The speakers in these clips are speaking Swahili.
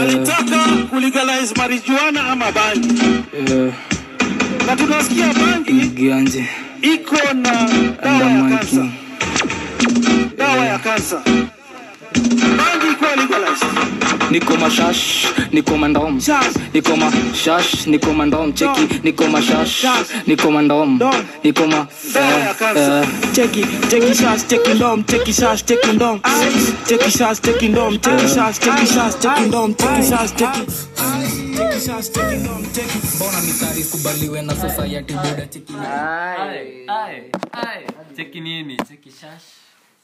alitaka kulegalize marijuana ama bangi eh, na tunasikia bangi Giganje iko na dawa ya kansa Andamaki dawa ya kansa bangi ikuwa legalized niko mashash niko mandom Shash. niko mashash niko mandom cheki Dom. niko mashash Shash. niko mandom Dom. niko ma Dawa eh, ya kansa. eh, Cheki, cheki shots, cheki dom, cheki shots, cheki dom. Cheki shots, cheki dom, cheki shots, cheki shots, cheki dom, cheki shots, cheki. Cheki shots, cheki dom, cheki. bona mistari kubaliwe na society boda cheki Ah. Aye, aye, aye. Cheki nini? Cheki shash.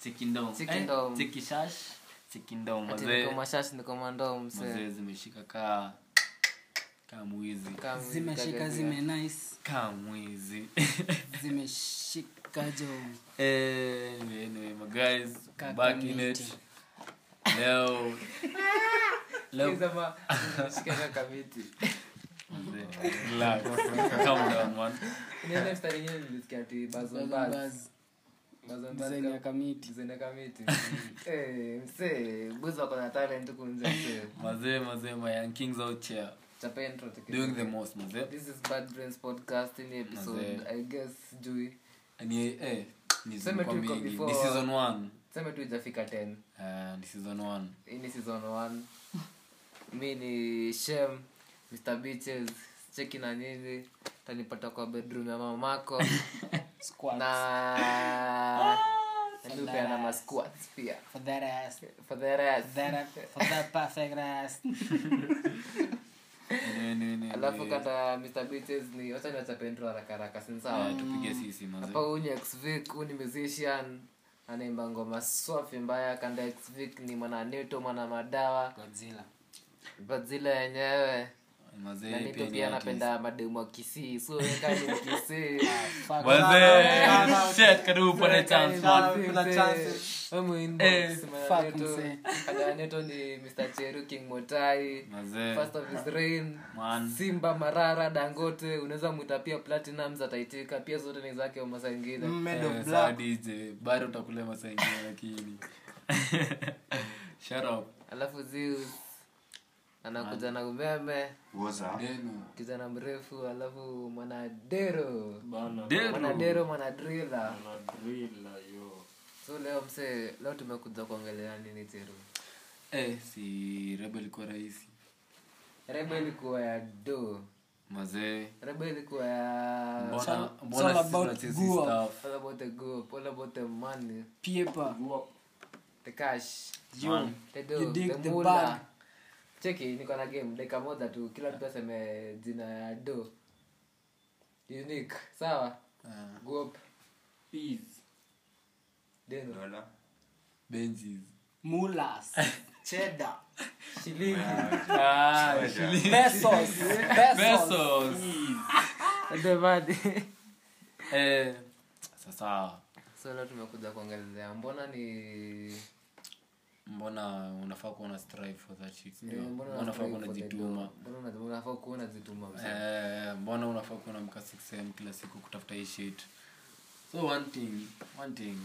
Cheki ndom. Cheki Eh, ndom. Cheki shash. Cheki ndom. Ati Wazee- niko mashas niko mandoo msee wazee zimeshika kaa kaa mwizi. Kama zimeshika mimi zime nice Kaa mwizi. zimeshika jo Eh, anyway, my guys, Kaka back in miti. it. Leo. Leo. kaka- shikaga kamiti. Wazee, relax. Calm down, man. Unaenda mstari ingine nilisikia ati Bazo Baz. Bazo Baz Bazen ka- ya kamiti designer kamiti. Eh, msee, buzi wako na talent huku nje msee. Wazee, wazee, my young kings out here Chapa intro tuki- doing the most, wazee. This is Bad Brains Podcast, hii ni episode, Mazee. I guess, sijui. Ni- eh, ni Sema tu zimekuwa iko mingi. before- Ni season one. Tuseme tu ijafika 10. Eh, ni season one. Hii ni season 1. Mi ni Shem, Mr. Beaches, cheki na nini. Utanipata kwa bedroom ya mamako. squad na ndupeana masquats pia Ah, for that ass for the rest that for that perfect ass Ni- ni- ni- alafu ni- kata mr beaches ni wacha niwachape intro haraka haraka Ah, Mm. sinsawa tupige sisi mazee. hapa huu ni exvic huu ni musician anaimba ngoma swafi mbaya kanda ya exvic ni mwananeto mwana madawa godzilla bazila yenyewe Mazee na pia nito ni pia artist. anapenda mademu wa kisii so wekani kisii fuck Wazee, shit, karibu upate chance, man. Eh, fuck msee. ananeto ni mr cheru king motai Mazee, first of his reign Eh. man. simba marara dangote unaweza mwita pia platinum ataitika pia zote ni zake au masaa ingine Eh, sawa DJ, bado utakula masaa ingine lakini Shut up. alafu Zeus anakuja na umeme Deno. kijana mrefu alafu mwanadero Deno. mwanadero mwanadrila so leo msee leo tumekuja kuongelea nini teru Eh, si rebe ilikuwa rahisi rebe ilikuwa ya do mazee rebe ilikuwa ya mbona it's all mbona sisi about tunachase go up. stuff all about the group all about the money paper the cash man. The You do, dig the the mula. bag. cheki niko na game dakika moja tu kila mtu aseme jina ya do unique sawa Ah, gop deno benches mulas cheddar shilingi pesos pesos pesos adevadi eh sasa so leo tumekuja kuongelea mbona ni mbona unafaa kuwa na strive for that shit eh, mbona mbona unafaa kuwa unafaa unajituma kuwa- mbona una- unafaa kuwa unajituma mzee? Eh, mbona unafaa kuwa namka 6am kila siku kutafuta hii shit so one thing one thing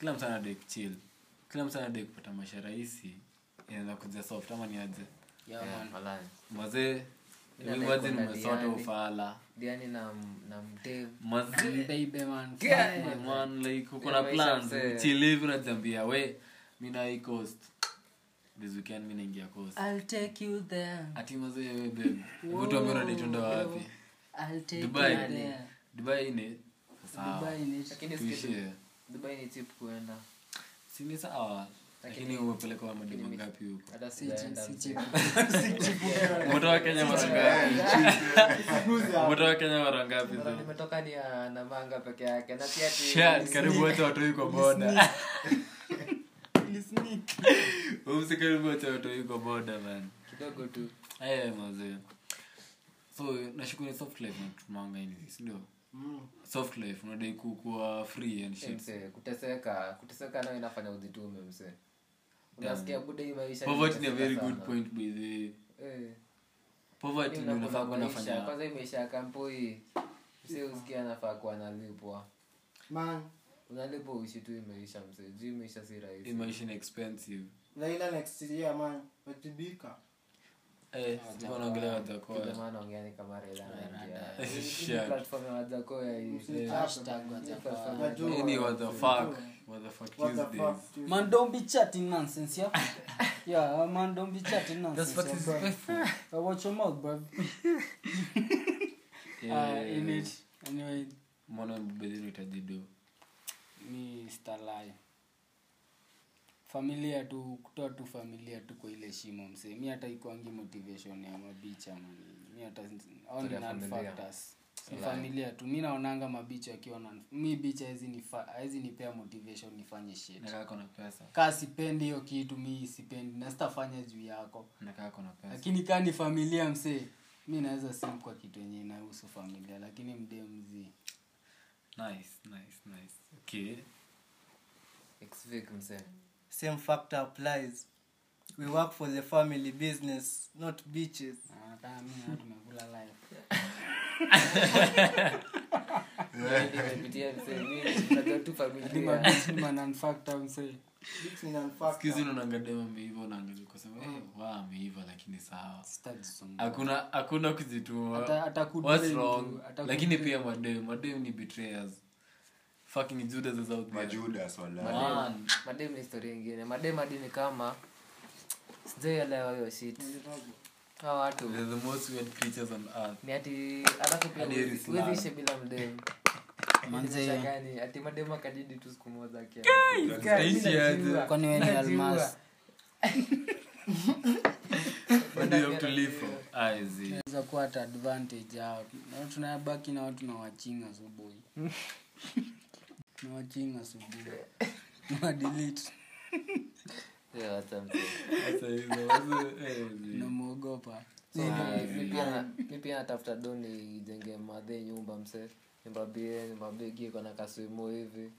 kila mtu anadai kuchill kila mtu anadai kupata maisha rahisi inaenda kuja soft ama ni aje Eh, walai. mazee Inadai imagine kwenda umesota diani. ufala diani na m- na mtem mazee baby man Eh, man, like uko Yeah, na maisha plans mzee. chilivi unajambia we mi na hii coast this weekend mi naingia coast I'll take you there. ati mazee we babe vitu ambavyo unaitunda wapi I'll take dubai you there. dubai ni sawa. Dubai ni lakini Tuishie. dubai ni chip kuenda Si ni sawa lakini umepeleka mademo ngapi huko hata sijaenda mzee. sichipukera umetoka kenya mara ngapi umetoka kenya mara ngapi Bora sasa? nimetoka ni ya namanga peke yake na pia ati- Shit, karibu wote watoi kwa boda umsi karibu wote watoi kwa boda man kidogo tu Eh, mazee so nashukuru ni soft life natumaanga hivi sindio Mm. soft life unadai ku- kuwa free and shit mse kuteseka kuteseka nayo inafanya ujitume mse unasikia buda hii maisha poverty ni a imeteseka very good sana. point by the way. Eh, poverty ndio unakula unafaa kuwa maisha, nafanya kwanza hii maisha ya kampo hii mse usikia anafaa kuwa analipwa Man, unalipwa uishi tu hii maisha mse juu hii maisha si Hii rahisi maisha ni expensive Laila next year man, watibika. Eh, sikuwa naongelea Wajackoya. naongeani kama Eh, shit. Hashtag Wajackoya. Yaani, what the fuck? What the fuck is this? Man, don't be chatting nonsense, yeah? yeah, uh, man, don't be chatting nonsense. what is yeah, bruv. Uh, watch your mouth, bruv. Uh, Eh, in it. Anyway, mbona mbeleni utajidu mi stalai familia tu kutoa tu familia tu kwa ile shimo msee mi hata ikwangi motivation ya mabicha mani mi hata au ni Story ya non familia. factors ni familia tu mi naonanga mabicha akiwa non mi bicha hawezi nifa- hawezi nipea motivation nifanye shit nakaa kona pesa kaa sipendi hiyo kitu mi sipendi na sitafanya juu yako nakaa kona pesa lakini kaa ni familia msee mi naweza sim kwa kitu yenye inahusu familia lakini mdee mzii nice nice nice okay Same factor applies. We work for the family business, not bitches. hata Ah, mi na tumekula life sikizi unaonanga dem ameiva unaangalia ukasema eh, wa ameiva lakini sawa hakuna hakuna kujituma Ata- ata kudem What's tu, wrong? ata lakini kudem. pia madem madem ni betrayers fucking judas is out there majudas wala Man. madem ni historia ingine madem hadi ni kama sijaelewa hiyo shit hawa watu they're the most weird creatures on earth ni ati alafu pia Hadi huwezi- Iris huwezi Lam. ishe bila mdem Inaonyesha gani? ati madem akadidi tu siku moja aki- Utaishi aje? Kwani wewe ni Najiua. almasi? What do you have to live for? Ah, I see. kuwa hata advantage yao Na tunabaki na watu nawachinga asubuhi nawachinga asubuhi nawadelete Yeah, wacha mzee. Sasa hizo, sasa- eh, namwogopa mi pia na- mi pia natafuta doni jenge madhe nyumba mse nyumba bie nyumba bigi kona kaswimo hivi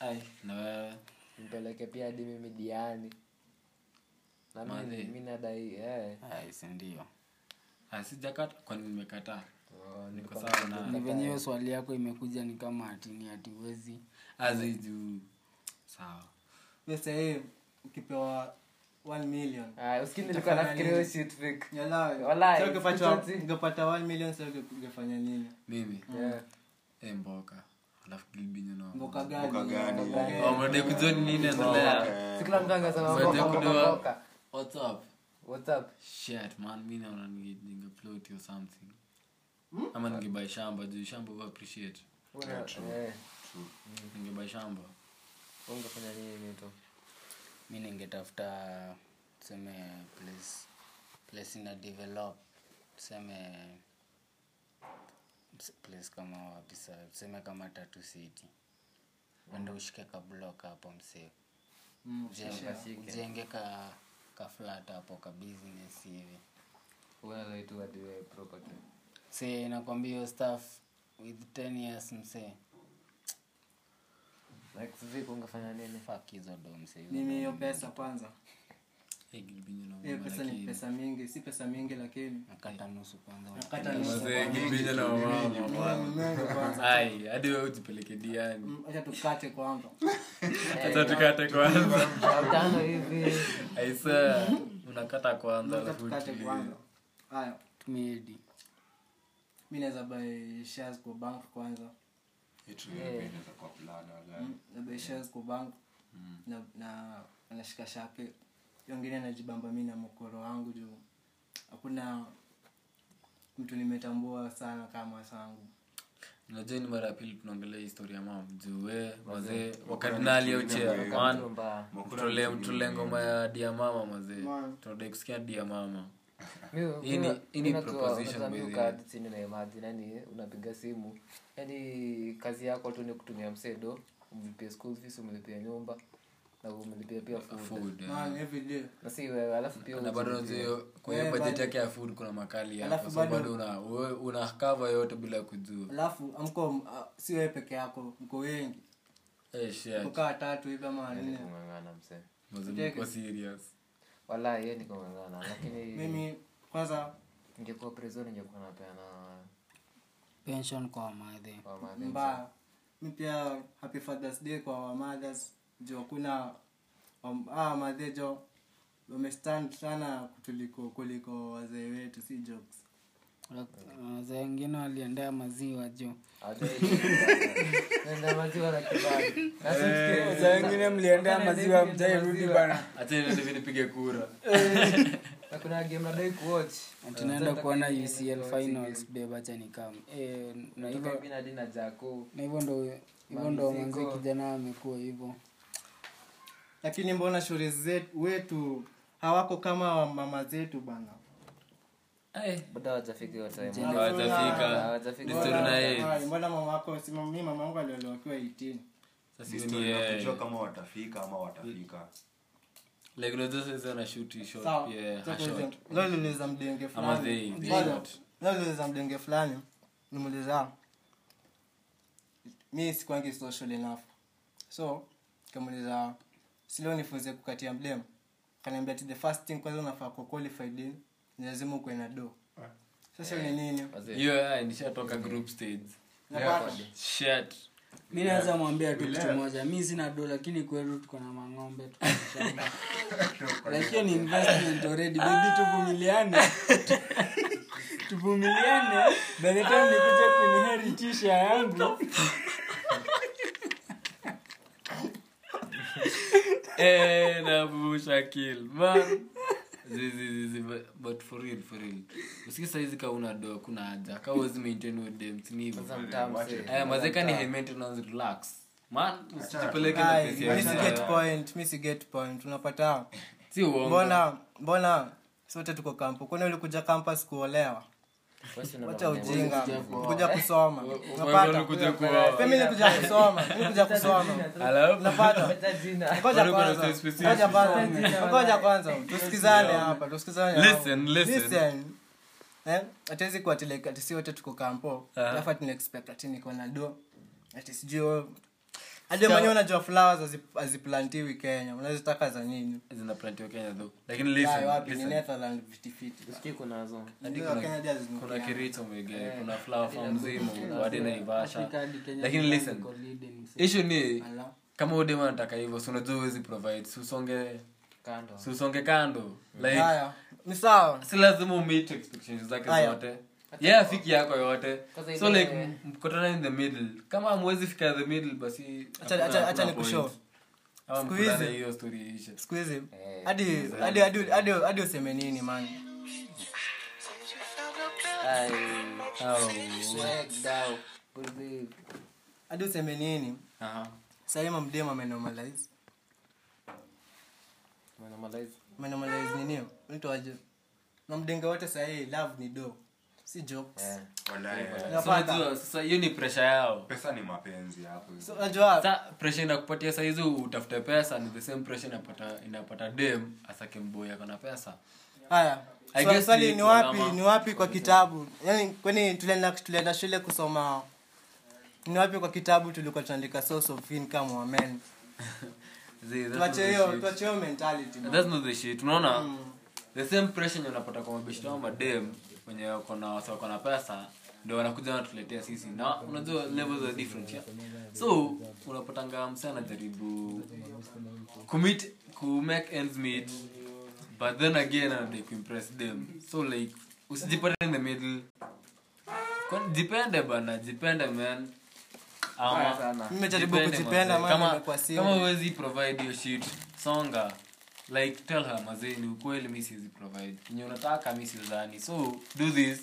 ai, na wewe mpeleke pia hadi mimi diani na mi- Madhe. mi nadai eh. sindio Ah, sijakata kwani nimekataa Oh, niko sawa na ni venyewe swali yako imekuja ni kama atini atiwezi aziju sawa We say, ukipewa 1 million. Ah, usikini nilikuwa nafikiria hiyo shit Vic. Walai, siku zote. ungepata 1 million sa ungefanya nini mimi Yeah. e mboka alafu gilbinyo mboka gani Mboka gani? Mboka gani? made kujua ni nini endelea Si kila mtu angesema Mzee mboka, mboka, kudoa. mboka. what's up What's up? shit man mi naona ninge- ningeplot or something ama ningebai shamba juu shamba huwa appreciate Una- eh, ningebai shamba ungefanya nini tu mi ningetafuta tuseme place place ina develop tuseme ps- place kama wapisa tuseme kama tatu city wende ushike ka block hapo msee Ujenge- ujenge ka ka flat hapo ka business hivi Una naitu hadi wewe property. see nakwambia hiyo staff with 10 years msee Next Vic, ungefanya nini fak hizo do msee mimi hiyo pesa kwanza e gilbinyo hiyo pesa ni pesa mingi si pesa mingi lakini nakata nusu kwanza nakata nusu na wamama Mwenye kwanza. ai hadi wewe ujipeleke diani Mm, acha tukate kwanza hata tukate kwanza Mara tano hivi aisa unakata kwanza acha alafu tukate utulie. kwanza haya tumeedi mi naweza buy shares kwa bank kwanza itupendeza kwa fulana gani na buy shares kwa bank na na anashika shake yongine anajibamba mi na mokoro wangu juu hakuna mtu nimetambua sana kama sangu unajua ni mara ya pili tunaongelea historia mam juu we mazee wakardinali au chea man mbaya mtole mtole ngoma ya dia mama mazee tunadai kusikia dia mama Hii ni- hii ni proposition by the way. chini na imagine yani unapiga simu yani kazi yako tu ni kutumia msedo umlipie school fees umlipie nyumba na umlipie pia food food eh. man every day na si wewe alafu pia na bado ujilipie. unajua kwenye Eh, bajeti bado- yake ya food kuna makali Alafu yako so bado- bado una we- una cover yote bila kujua alafu amko ah, si wewe peke yako mko wengi eh shit kukaa tatu hivi ama Ni wanne kung'ang'ana mse mazee mko serious wala hiyo ni kung'ang'ana lakini mimi kwanza ingekuwa prison ingekuwa napeana pension kwa madhe kwa madhe mbaya mi pia happy fathers day kwa wamathers jo kuna um, ah, madhe jo wamestand sana tuliko kuliko wazee wetu si jokes wazee wengine waliendea maziwa juu wengine mliendea maziwa mjairudi bana hata inabidi nipige kura na kuna game nadai kuwatch tunaenda Nataka kuona niende ucl kuwatch finals bebachanikam e, na game. hivyo Toka Binadi na Jaco. na hivyo ndo hivyo ndo Mapumziko. mwenzie kijana amekuwa hivyo lakini mbona shule zetu wetu hawako kama wa mama zetu bana bado hawajafika hiyo time. Eh. hawajafika Hawajafika. Desturi na yeye. Ay, mbona mama wako si mama- mi mama wangu aliolewakiwa 18 Sasa Ni hiyo story ni ya yeye. kujua kama watafika ama watafika Like, unajua sasa hizo anashoot shot, Sawa. yeah, Sasa a shot. hizo- leo niliuliza mdenge Ama they- fulani they Bado, shot. leo niliuliza mdenge fulani nimuuliza "Ah, mi sikwangi social enough so kamuuliza si leo nifunze kukatia mdem kaniambia "Ati the first thing kwanza unafaa kuwa qualified in ni lazima ukuwe na do sasa ni nini Hiyo, yeah, nishatoka group stage Napata. Shit. mi naweza mwambia tu kitu moja mi sina do lakini kwetu tuko na mang'ombe tuko na shamba. Like, hiyo ni investment already bebi tuvumiliane tuvumiliane by the time nikuja kuniheritisha yangu Eh, na Abu Shakil, man. Zi- zi- zi- zi, but- but for real, for real. Usiki saizi ka una do kuna haja ka uwezi maintain your dams, ni hivyo. Sasa mtaa mzee. Eh, mazeka ni high maintenance, relax man usijipeleke na Ay, pesa mi si get ya point mi si get point unapata si uongo mbona mbona sote tuko kampu kwani ulikuja campus kuolewa Basi unaona wacha mambo. ujinga kuja kusoma Wewe unapata ulikuja kuoa. mimi nilikuja kusoma mimi nilikuja kusoma Alafu, unapata Wacha jina. ngoja Walikuwa na kwanza specific. ngoja kwanza ngoja kwanza tusikizane hapa tusikizane hapa. Listen, listen. eh atawezi kuwa tileka ati si wote tuko kampo Eh. alafu tuna expect ati niko na do ati sijui wewe hadi mwenyewe unajua flowers hazi- haziplantiwi Kenya unazitaka za nini zinaplantiwa kenya though lakini Dai, listen, wapi ni listen. Netherland fiti fiti Usikii kunazo. Hadi Ndio, kuna- Kenya hadi hazinukiani. kuna kirito Eh, mwege kuna flower farm zima huko, hadi naivasha lakini listen issue ni Ala. kama udem anataka hivyo si unajua huwezi provide si usonge Kando. si usonge kando like haya ni sawa si lazima umeet expectations zake Haya. zote ye yeah, afiki yako yote Kwanza so ile- like eh, m- mkutana in the middle kama amwezi fika the middle basi Acha- hakuna- acha- acha hakuna nikushow. point. Ama Siku mkutane hizi- hiyo story iishe siku hizi Eh, hadi- hadi- hadi- hadi hadi useme nini man Ai. Au. Swag down. Good day. hadi useme nini Aha. sahii mamdem amenomalize Normalize. amenomalize ninio nitoaje mamdenga wote sahii love ni do si jokes Walahi, So Eh. unajua, sasa hiyo ni pressure yao pesa ni mapenzi hapo So, unajua sa pressure inakupatia saizi utafute pesa ni the same pressure inapata inapata dem asake mboy ako na pesa haya I Swali- guess swali ni ni wapi salama. ni wapi kwa kitabu yani kwani tulienda tulienda shule kusoma ni wapi kwa kitabu tulikuwa tunaandika source of income wa men Zee, that's not tuache the hiyo shit. tuache Mm. hiyo mentality man. that's not the shit unaona the same pressure yenye unapata kwa mabeshto au madem wenye wako na watu wako na pesa ndio wanakuja wanatuletea sisi na unajua levels are different yeah? so unapatanga msa anajaribu commit ku make ends meet but then again anadai kuimpress them so like usijipate in the middle Kwa- jipende bana jipende man Ah, Mbaya ama sana. Nimejaribu Depende, kujipenda, mazee. maana Kama- nimekuwa single. kama huwezi provide hiyo shit songa like tell her mazee ni ukweli mi siwezi provide enye unataka mi sidhani so do this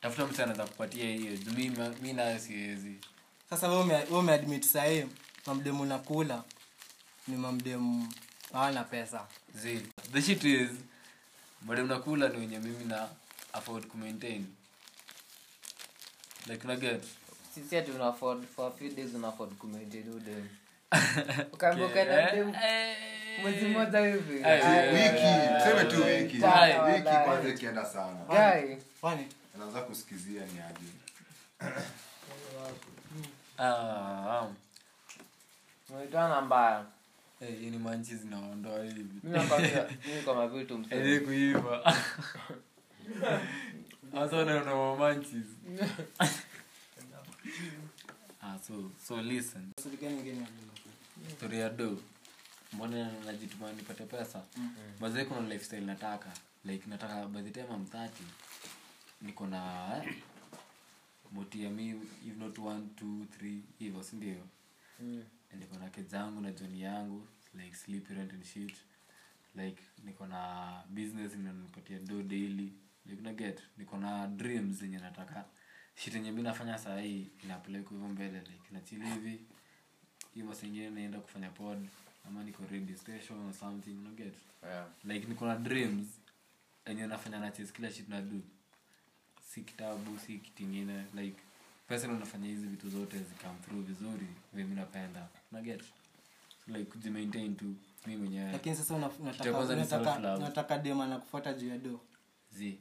tafuta mtu anaweza kupatia hiyo juu mi- mi nayo siwezi sasa we ume- we umeadmit sahii mamdemu nakula ni mamdemu hawana pesa Zee, the shit is madem nakula ni wenye mimi na afford kumaintain like unaget Sisi ati una afford for a few days una afford kumaintain huyu dem. Ukaambiwa ukaenda dem mwezi mmoja hivi. Ai, wiki tuseme tu wiki Tano, wiki walahi. kwanza ikienda sana guy. kwani anaanza kusikizia ni aje ah, um, Umeitana mbaya. eh, hii ni manchi zinaondoa hivi Mimi nakwambia, mimi kwa mavitu msee. Ele kuiva. Hata na na romances. ah so so listen. Sasa gani ingine? Story ya do. mbona najituma nipate pesa mazee kuna lifestyle nataka like nataka by the time I'm 30 niko na eh, moti ya mi if not one two three hivyo si ndio And niko na kids zangu na joni yangu like sleep rent and shit like niko na business inanipatia do daily like na get niko na dreams zenye nataka shit yenye mi nafanya saa hii inapeleka hivyo mbele like nachili hivi hiyo masaa ingine naenda kufanya pod ama niko radio station or something no get like niko na dreams enye nafanya na chase kila shit nadu si kitabu si kitu ingine like pesa ndo nafanya hizi vitu zote zikam through vizuri vimi napenda naget so like kujimaintain tu mi mwenyewe lakini sasa una- unataka- Cha kwanza ni unataka- self-love. unataka dema na kufuata juu ya do zi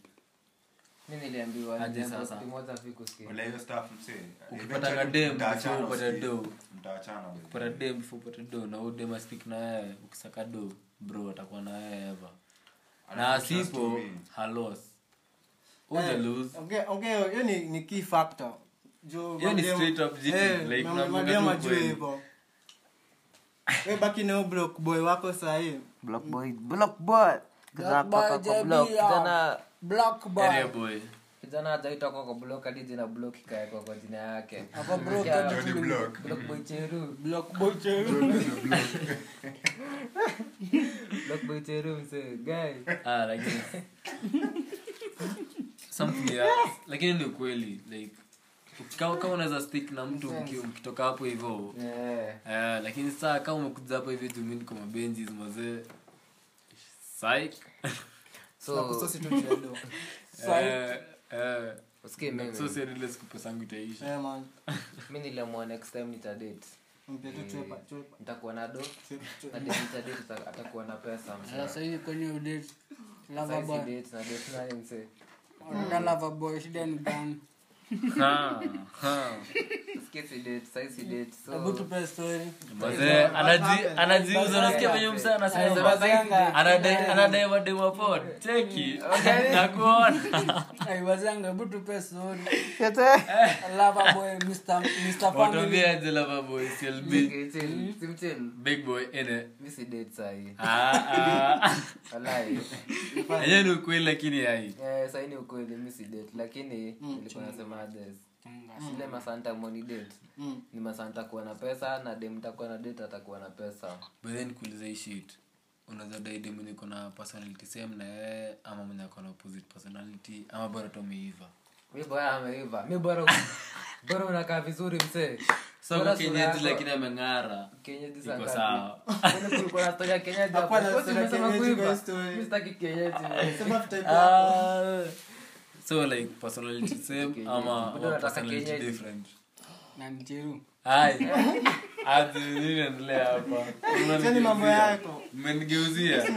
mi niliambiwa Aje niliambiwa sasa. siku moja sikusikia Wala hiyo stuff msee. Ukipata Eventually kadem, mtaachana, before upate msee. do. Mtaachana, bro. upata dem before upate do na huyu dem aspik na wewe ukisaka do bro atakuwa na wewe ever na Alafu trust asipo me. halos Eh, uja lose ongea- ongea, hiyo ni ni key factor juu Hiyo ni madem- straight up jiti, eh, like, ma- unaambiwa madem tu ajue ukweli. hivyo. We baki na huyo block boy wako sahii block boy block boy kijana kutoka kwa block kijana area boy kijana hajaitwa kwa blok hadi jina blok ikaekwa kwa jina yake Johnny Block. blokboicheru msegai ah lakini something else lakini ni ukweli like kama kama unaweza stick na mtu mki- mkitoka hapo hivyo Eh, lakini saa kama umekuja hapo hivi tumi niko mabenji mazee Psych. so kusosi tu juu ya do Eh, eh, usikie so mimi serious siku pesa yangu itaisha Eh, man. mi niliamua next time nitadate Mpia tu chupa, chupa, nitakuwa na do chupa, chupa. na date nitadate ata- atakuwa na pesa Ah. mse. sasa hivi kwenye udate Sasa lava hizi boy dates na date naye mse na lava boy shida ni gani Ha, ha. usikie si date saisi date hebu so tupe story Mazee, anaji- anajiuza unasikia venye msaa anasema anadaiwadewa pod cheki nakuona aiwazanga hebu tupe story lava boy mr mr family watuambiaje lavaboy slb Simchen, simchen big boy ene mi si date sahii walai enyewe ni ukweli lakini ai Eh, sahi ni ukweli mi si date lakini nilikuwa nasema others ile masanta money date ni masanta kuwa na pesa na dem takuwa na date atakuwa na pesa But then kuuliza hii shit unaweza dai dem mwenye kona personality same na yeye ama mwenye kona opposite personality ama bora tu ameiva mi bora ameiva mi bora bora unakaa vizuri msee so Bora kwa sura kenyeji yako- lakini ameng'ara Kenyeji iko sangapi? sawa Kwani kulikuwa na story ya kenyeji hapo? Hakuna Kwa nini umesema story ya kenyeji kwa kuiva? story. Mi sitaki kenyeji mimi. Sema type yako. Ah, so like personality same ama Bado ama nataka personality kenyeji. different na mcheru ai aje nini endelea hapa Hiyo ni mambo yako mmenigeuzia eh.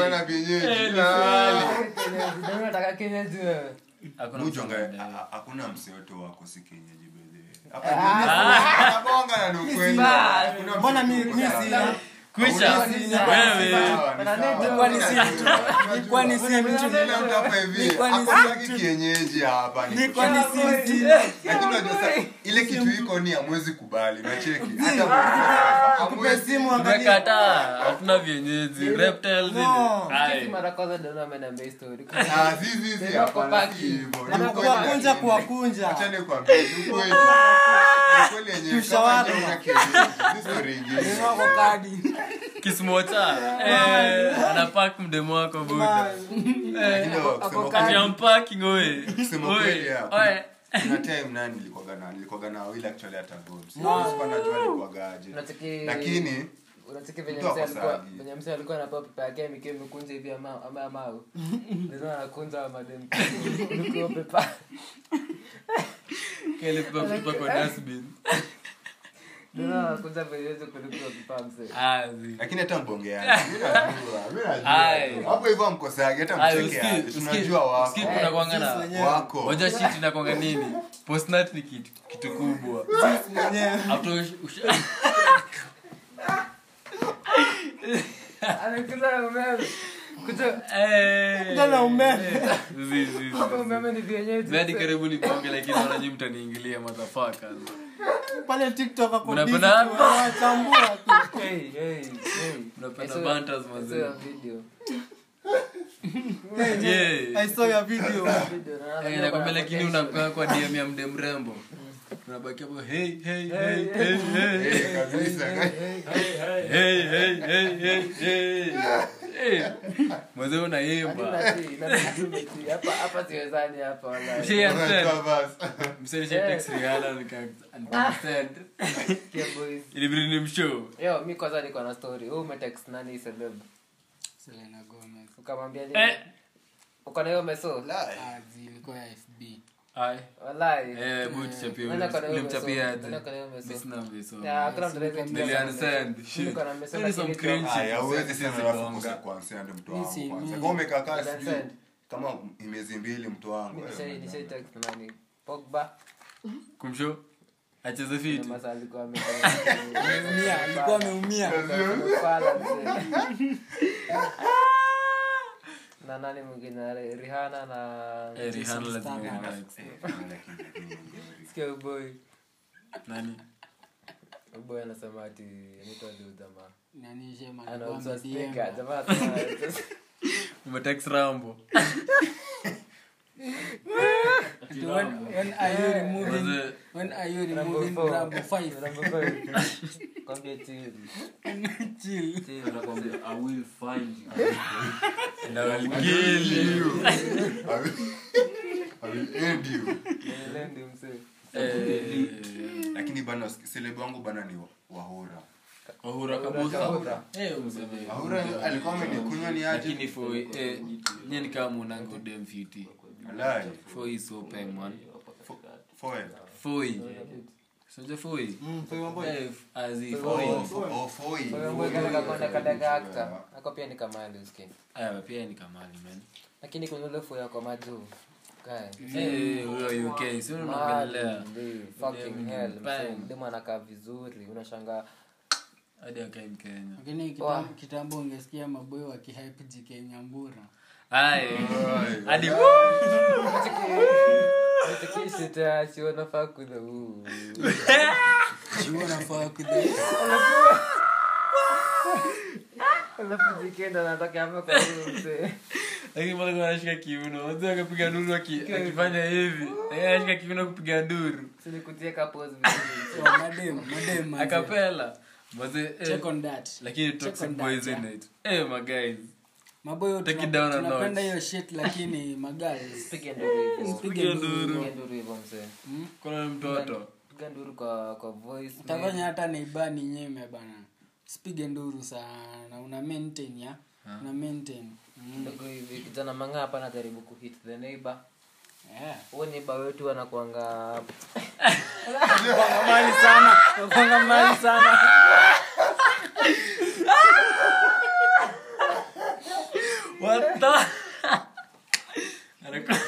Wana kienyeji. Kenyeji, nani unataka kenyeji wewe? hakuna Mujonga, mtu a- anadai. Ah, a- hakuna msee wote wako si kienyeji bedhe Ah. hapabonga na ni ukweli. Hakuna msee mbona mi wote mi wako sina kwisha wewe sawa, ni sawa. kwani si mtu kwani si mtu Kila mtu hapa hivi, kwani si hakunagi kienyeji hapa ni kwani si mtu lakini unajua sasa, ile kitu iko ni amwezi kubali nacheki Ah. kupe simu angalia tumekataa hatuna vienyeji reptiles zile. No. Ai. Si mara kwanza ndio ameniambia hii story. Ah, na kuwakunja kuwakunja Ah. Tushawana. hivyo wako kadi kisimocha eh, anapak mdemo wako buda ampaking oe Kusema kweli hapo. kuna time nani nilikwaga na nilikwaga na wila actually hata gold sikuwa najua nilikwaga aje Unacheki- lakini unacheki venye Mtu ako msee alikuwa sahihi. venye msee alikuwa anapewa pipa yake ya mikia imekunja hivi ama ama ya mawe lazima anakunja madem nikuo pipa eh. lazima anakunja venye hizo kulikuwa pipa msee Ah, lakini hata mbongeani mi najua mi najua hapo hivyo amkosaji hata Ah, mchekeaji tunajua wako Eh, wako waja shit inakwanga nini postnat ni kitu, kitu kubwa mwenyewe After ush- ush- Ah. Ah, anakunja na umeme kunja Eh. Tena umeme Zi, zi, zi. umeme ni vienyeji Mimi hadi karibu nikuonge lakini naona nyinyi mtaniingilia motherfuckers. pale tiktok ako busy Unapenda tu, hapo? anachambua tu Hey, hey, hey. Unapenda I saw- bantas I mazee. saw a video. Yeah. i saw your video Video, na- Eh, nakwambia lakini unakaa kwa DM ya mde mrembo unabakia hapo, hey, hey, hey, hey, hey, Eh, kabisa. hey, hey, hey, hey, hey. Eh, mazee unaimba Inabidi- inabidi tume- hapa- hapa siwezani hapa wallahi. Msee understand? Unatoa verse. Msee alisha text Rihanna, nika- understand. Kia boys. ilibidi ni mshow Yo, mi kwanza niko na story Wewe umetext nani hii celeb selena gomez ukamwambia nini Eh. uko na hiyo meso Ah, zilikuwa ya fb Ay. wallahi Eh, bu tuchapie Nenda kwa ule- ule hiyo mchapie meso. aje. Nenda kwa hiyo meso. Mi sina meso. Ya, hakuna mtu anaweza Nili kucheza understand. meso. Shit. Niko na meso, There is some lakini cringe ndio- shit Aya, huwezi sisi sema zigonga. alafu ukose kuanzia ndio mtu wangu si kwanza. mimi. Kama umekaa Ndio sijui understand. kama imezi mbili mtu Mi wangu. nishai- nishai text nani pogba kumsho acheze na fiti masa alikuwa ame- ameumia alikuwa ameumia Amefala, mzee. na nani mwingine na Ri- rihana na Eh, Rihanna lazima uwe Eh, sikia uboi nani uboi anasema ati mtu aliuza ma nani jema anauza alikuwa spika amedm. jamaa anasema- umetext rambo Ati when- when are you removing Mazee, when are you Rambo removing four. rambo five? Rambo five. Kwambie chill. Chill. na waligili. I will- I will end you. Nielendi msee. Eh, lakini bana selebu wangu bana ni wahura wahura kabusa Eh, mzee. wahura alikuwa amenikunywa ni lakini aje for eh, nye ni kama mwanangu dem fiti Walai, foi so pen man foil. foi sija foi Eh, azi Oh, foi fo- oh, foil. Kwa hiyo mbwe kana kakonda kadaga actor. Ako pia ni kamali usikie. ah pia ni kamali man Lakini kuna ule fuya kwa majuu. Kae. eh huyo UK sio unaongelea Mali, fucking hell, msee. Bang. Demu anakaa vizuri unashangaa hadi akae mkenya lakini Wah. kitam- kitambo ungesikia maboi wakihype jk nyambura ai hadi tikishitasiwanafaa kudha huu Jua nafaa kudhi- alafu jikenda anatoka hapa kwa huyu msee lakini pale kuna anashika kiuno wazee akapiga duru aki- akifanya hivi Lakini anashika kiuno kupiga duru sinikutieka pose vizuri Oh, madem, madem, madem. akapela mazee eh, Check on that. lakini toxic on boys that, in it eh my guys Maboyo Take it tuna- down a tunapenda notch. hiyo shit lakini magal pige nduru hivyo. Pige nduru. Pige nduru hivyo msee kuna mtoto piga nduru kwa kwa voice utafanya hata naibani nyeme bana sipige nduru sana una maintain ya una maintain mm. ndogo hivi kijana manga hapa anajaribu kuhit the neighbor yeah. huo neighbor wetu anakuanga mali sana nakwanga mali sana what the Anaku-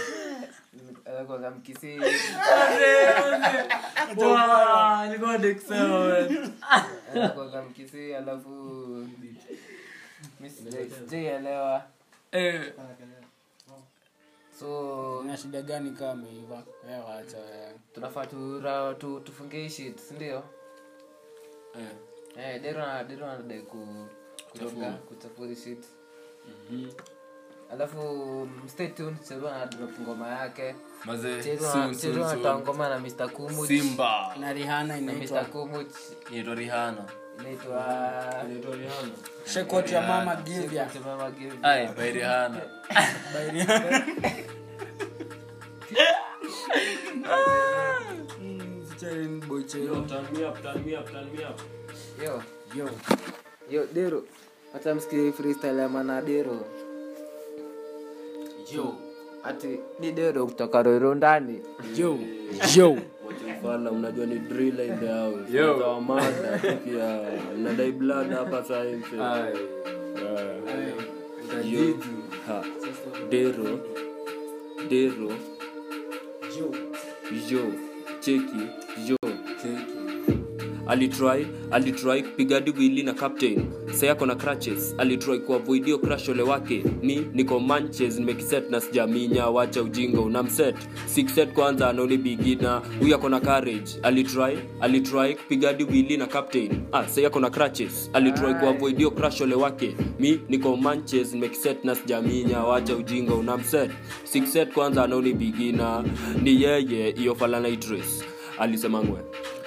anakuanga mkisi Wow, alikuwa Dixon. anakuanga mkisi alafu mi sija- sijaielewa Eh, so una shida gani kama ameiva wewe wacha wewe tunafaa tura- tu- tufungie hii shit sindio eh, Eh, Dero na- Dero anadai ku- kutoka- kuchafua hii shit alafu mm, stay tuned Cheru anadrop ngoma yake mazee, Cheru ana- soon, soon, Cheru anatoa soon. ngoma na Mr. Kumuch. Simba. na Rihanna Na inaitwa Mr. Kumuch Inaitwa Rihanna. inaitwa Shake What Your Mama Give Ya Chemama Give. Ai, by Rihanna. by Rihanna Mm, featuring Boy Chero. Yo, Yo. yo, Dero. Wacha msikie freestyle ya mana Dero. Ati ni Dero kutoka Roro ndani. Yo. Yo. Fala, mnajua ni drill in the house. Mnajua wa mada, pia. Mnadai blood hapa saa hii mse. Yeah. Yo. Ha. Dero. Dero. Jo. Cheki. Jo. alitry alitry kupiga digwili na captain seyako na crutches alitry kuavoidio crash ole wake mi niko manches nimekiset na sijaminya wacha ujinga unamset six set kwanza anaoni bigina huyu ako na courage alitry alitry kupiga digwili na captain ah seyako na crutches alitry kuavoidio crash ole wake mi niko manches nimekiset na sijaminya wacha ujinga unamset six set kwanza anaoni bigina ni yeye iyo falana idris alisema ngwe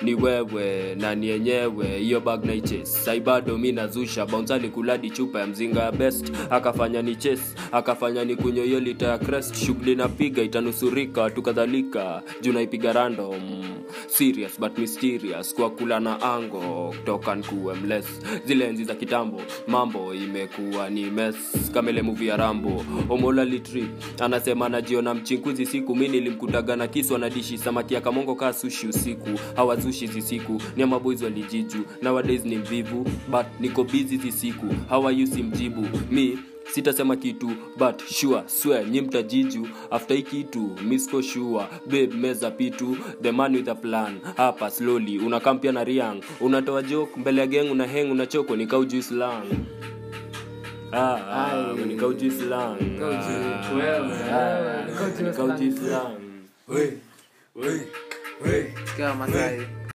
ni wewe na ni yenyewe hiyo bag na iches sai bado mi nazusha bounce alikuladi chupa ya mzinga ya best akafanya ni ches akafanya ni kunywa hiyo lita ya crest shughuli napiga itanusurika tukadhalika juu naipiga random serious but mysterious kwa kula na ango kutoka nkuwe mles zile enzi za kitambo mambo imekuwa ni mes kama ile movie ya rambo omola litri anasema anajiona mchinkuzi siku mi nilimkutaga na kiswa na dishi samaki ya kamongo kaa sushi usiku hawazushi zisiku ni amaboizi walijiju na wadays ni mvivu but niko bizi zisiku hawayusi mjibu mi sitasema kitu but sure swear nyi mtajiju after hii kitu misko sure babe meza pitu the man with a plan hapa slowly unakampia na riang unatoa joke mbele ya geng una heng unachoko ni kaujui slang Ah, ah, ni kaujui slang Ah, ni kaujui slang sikia wamasai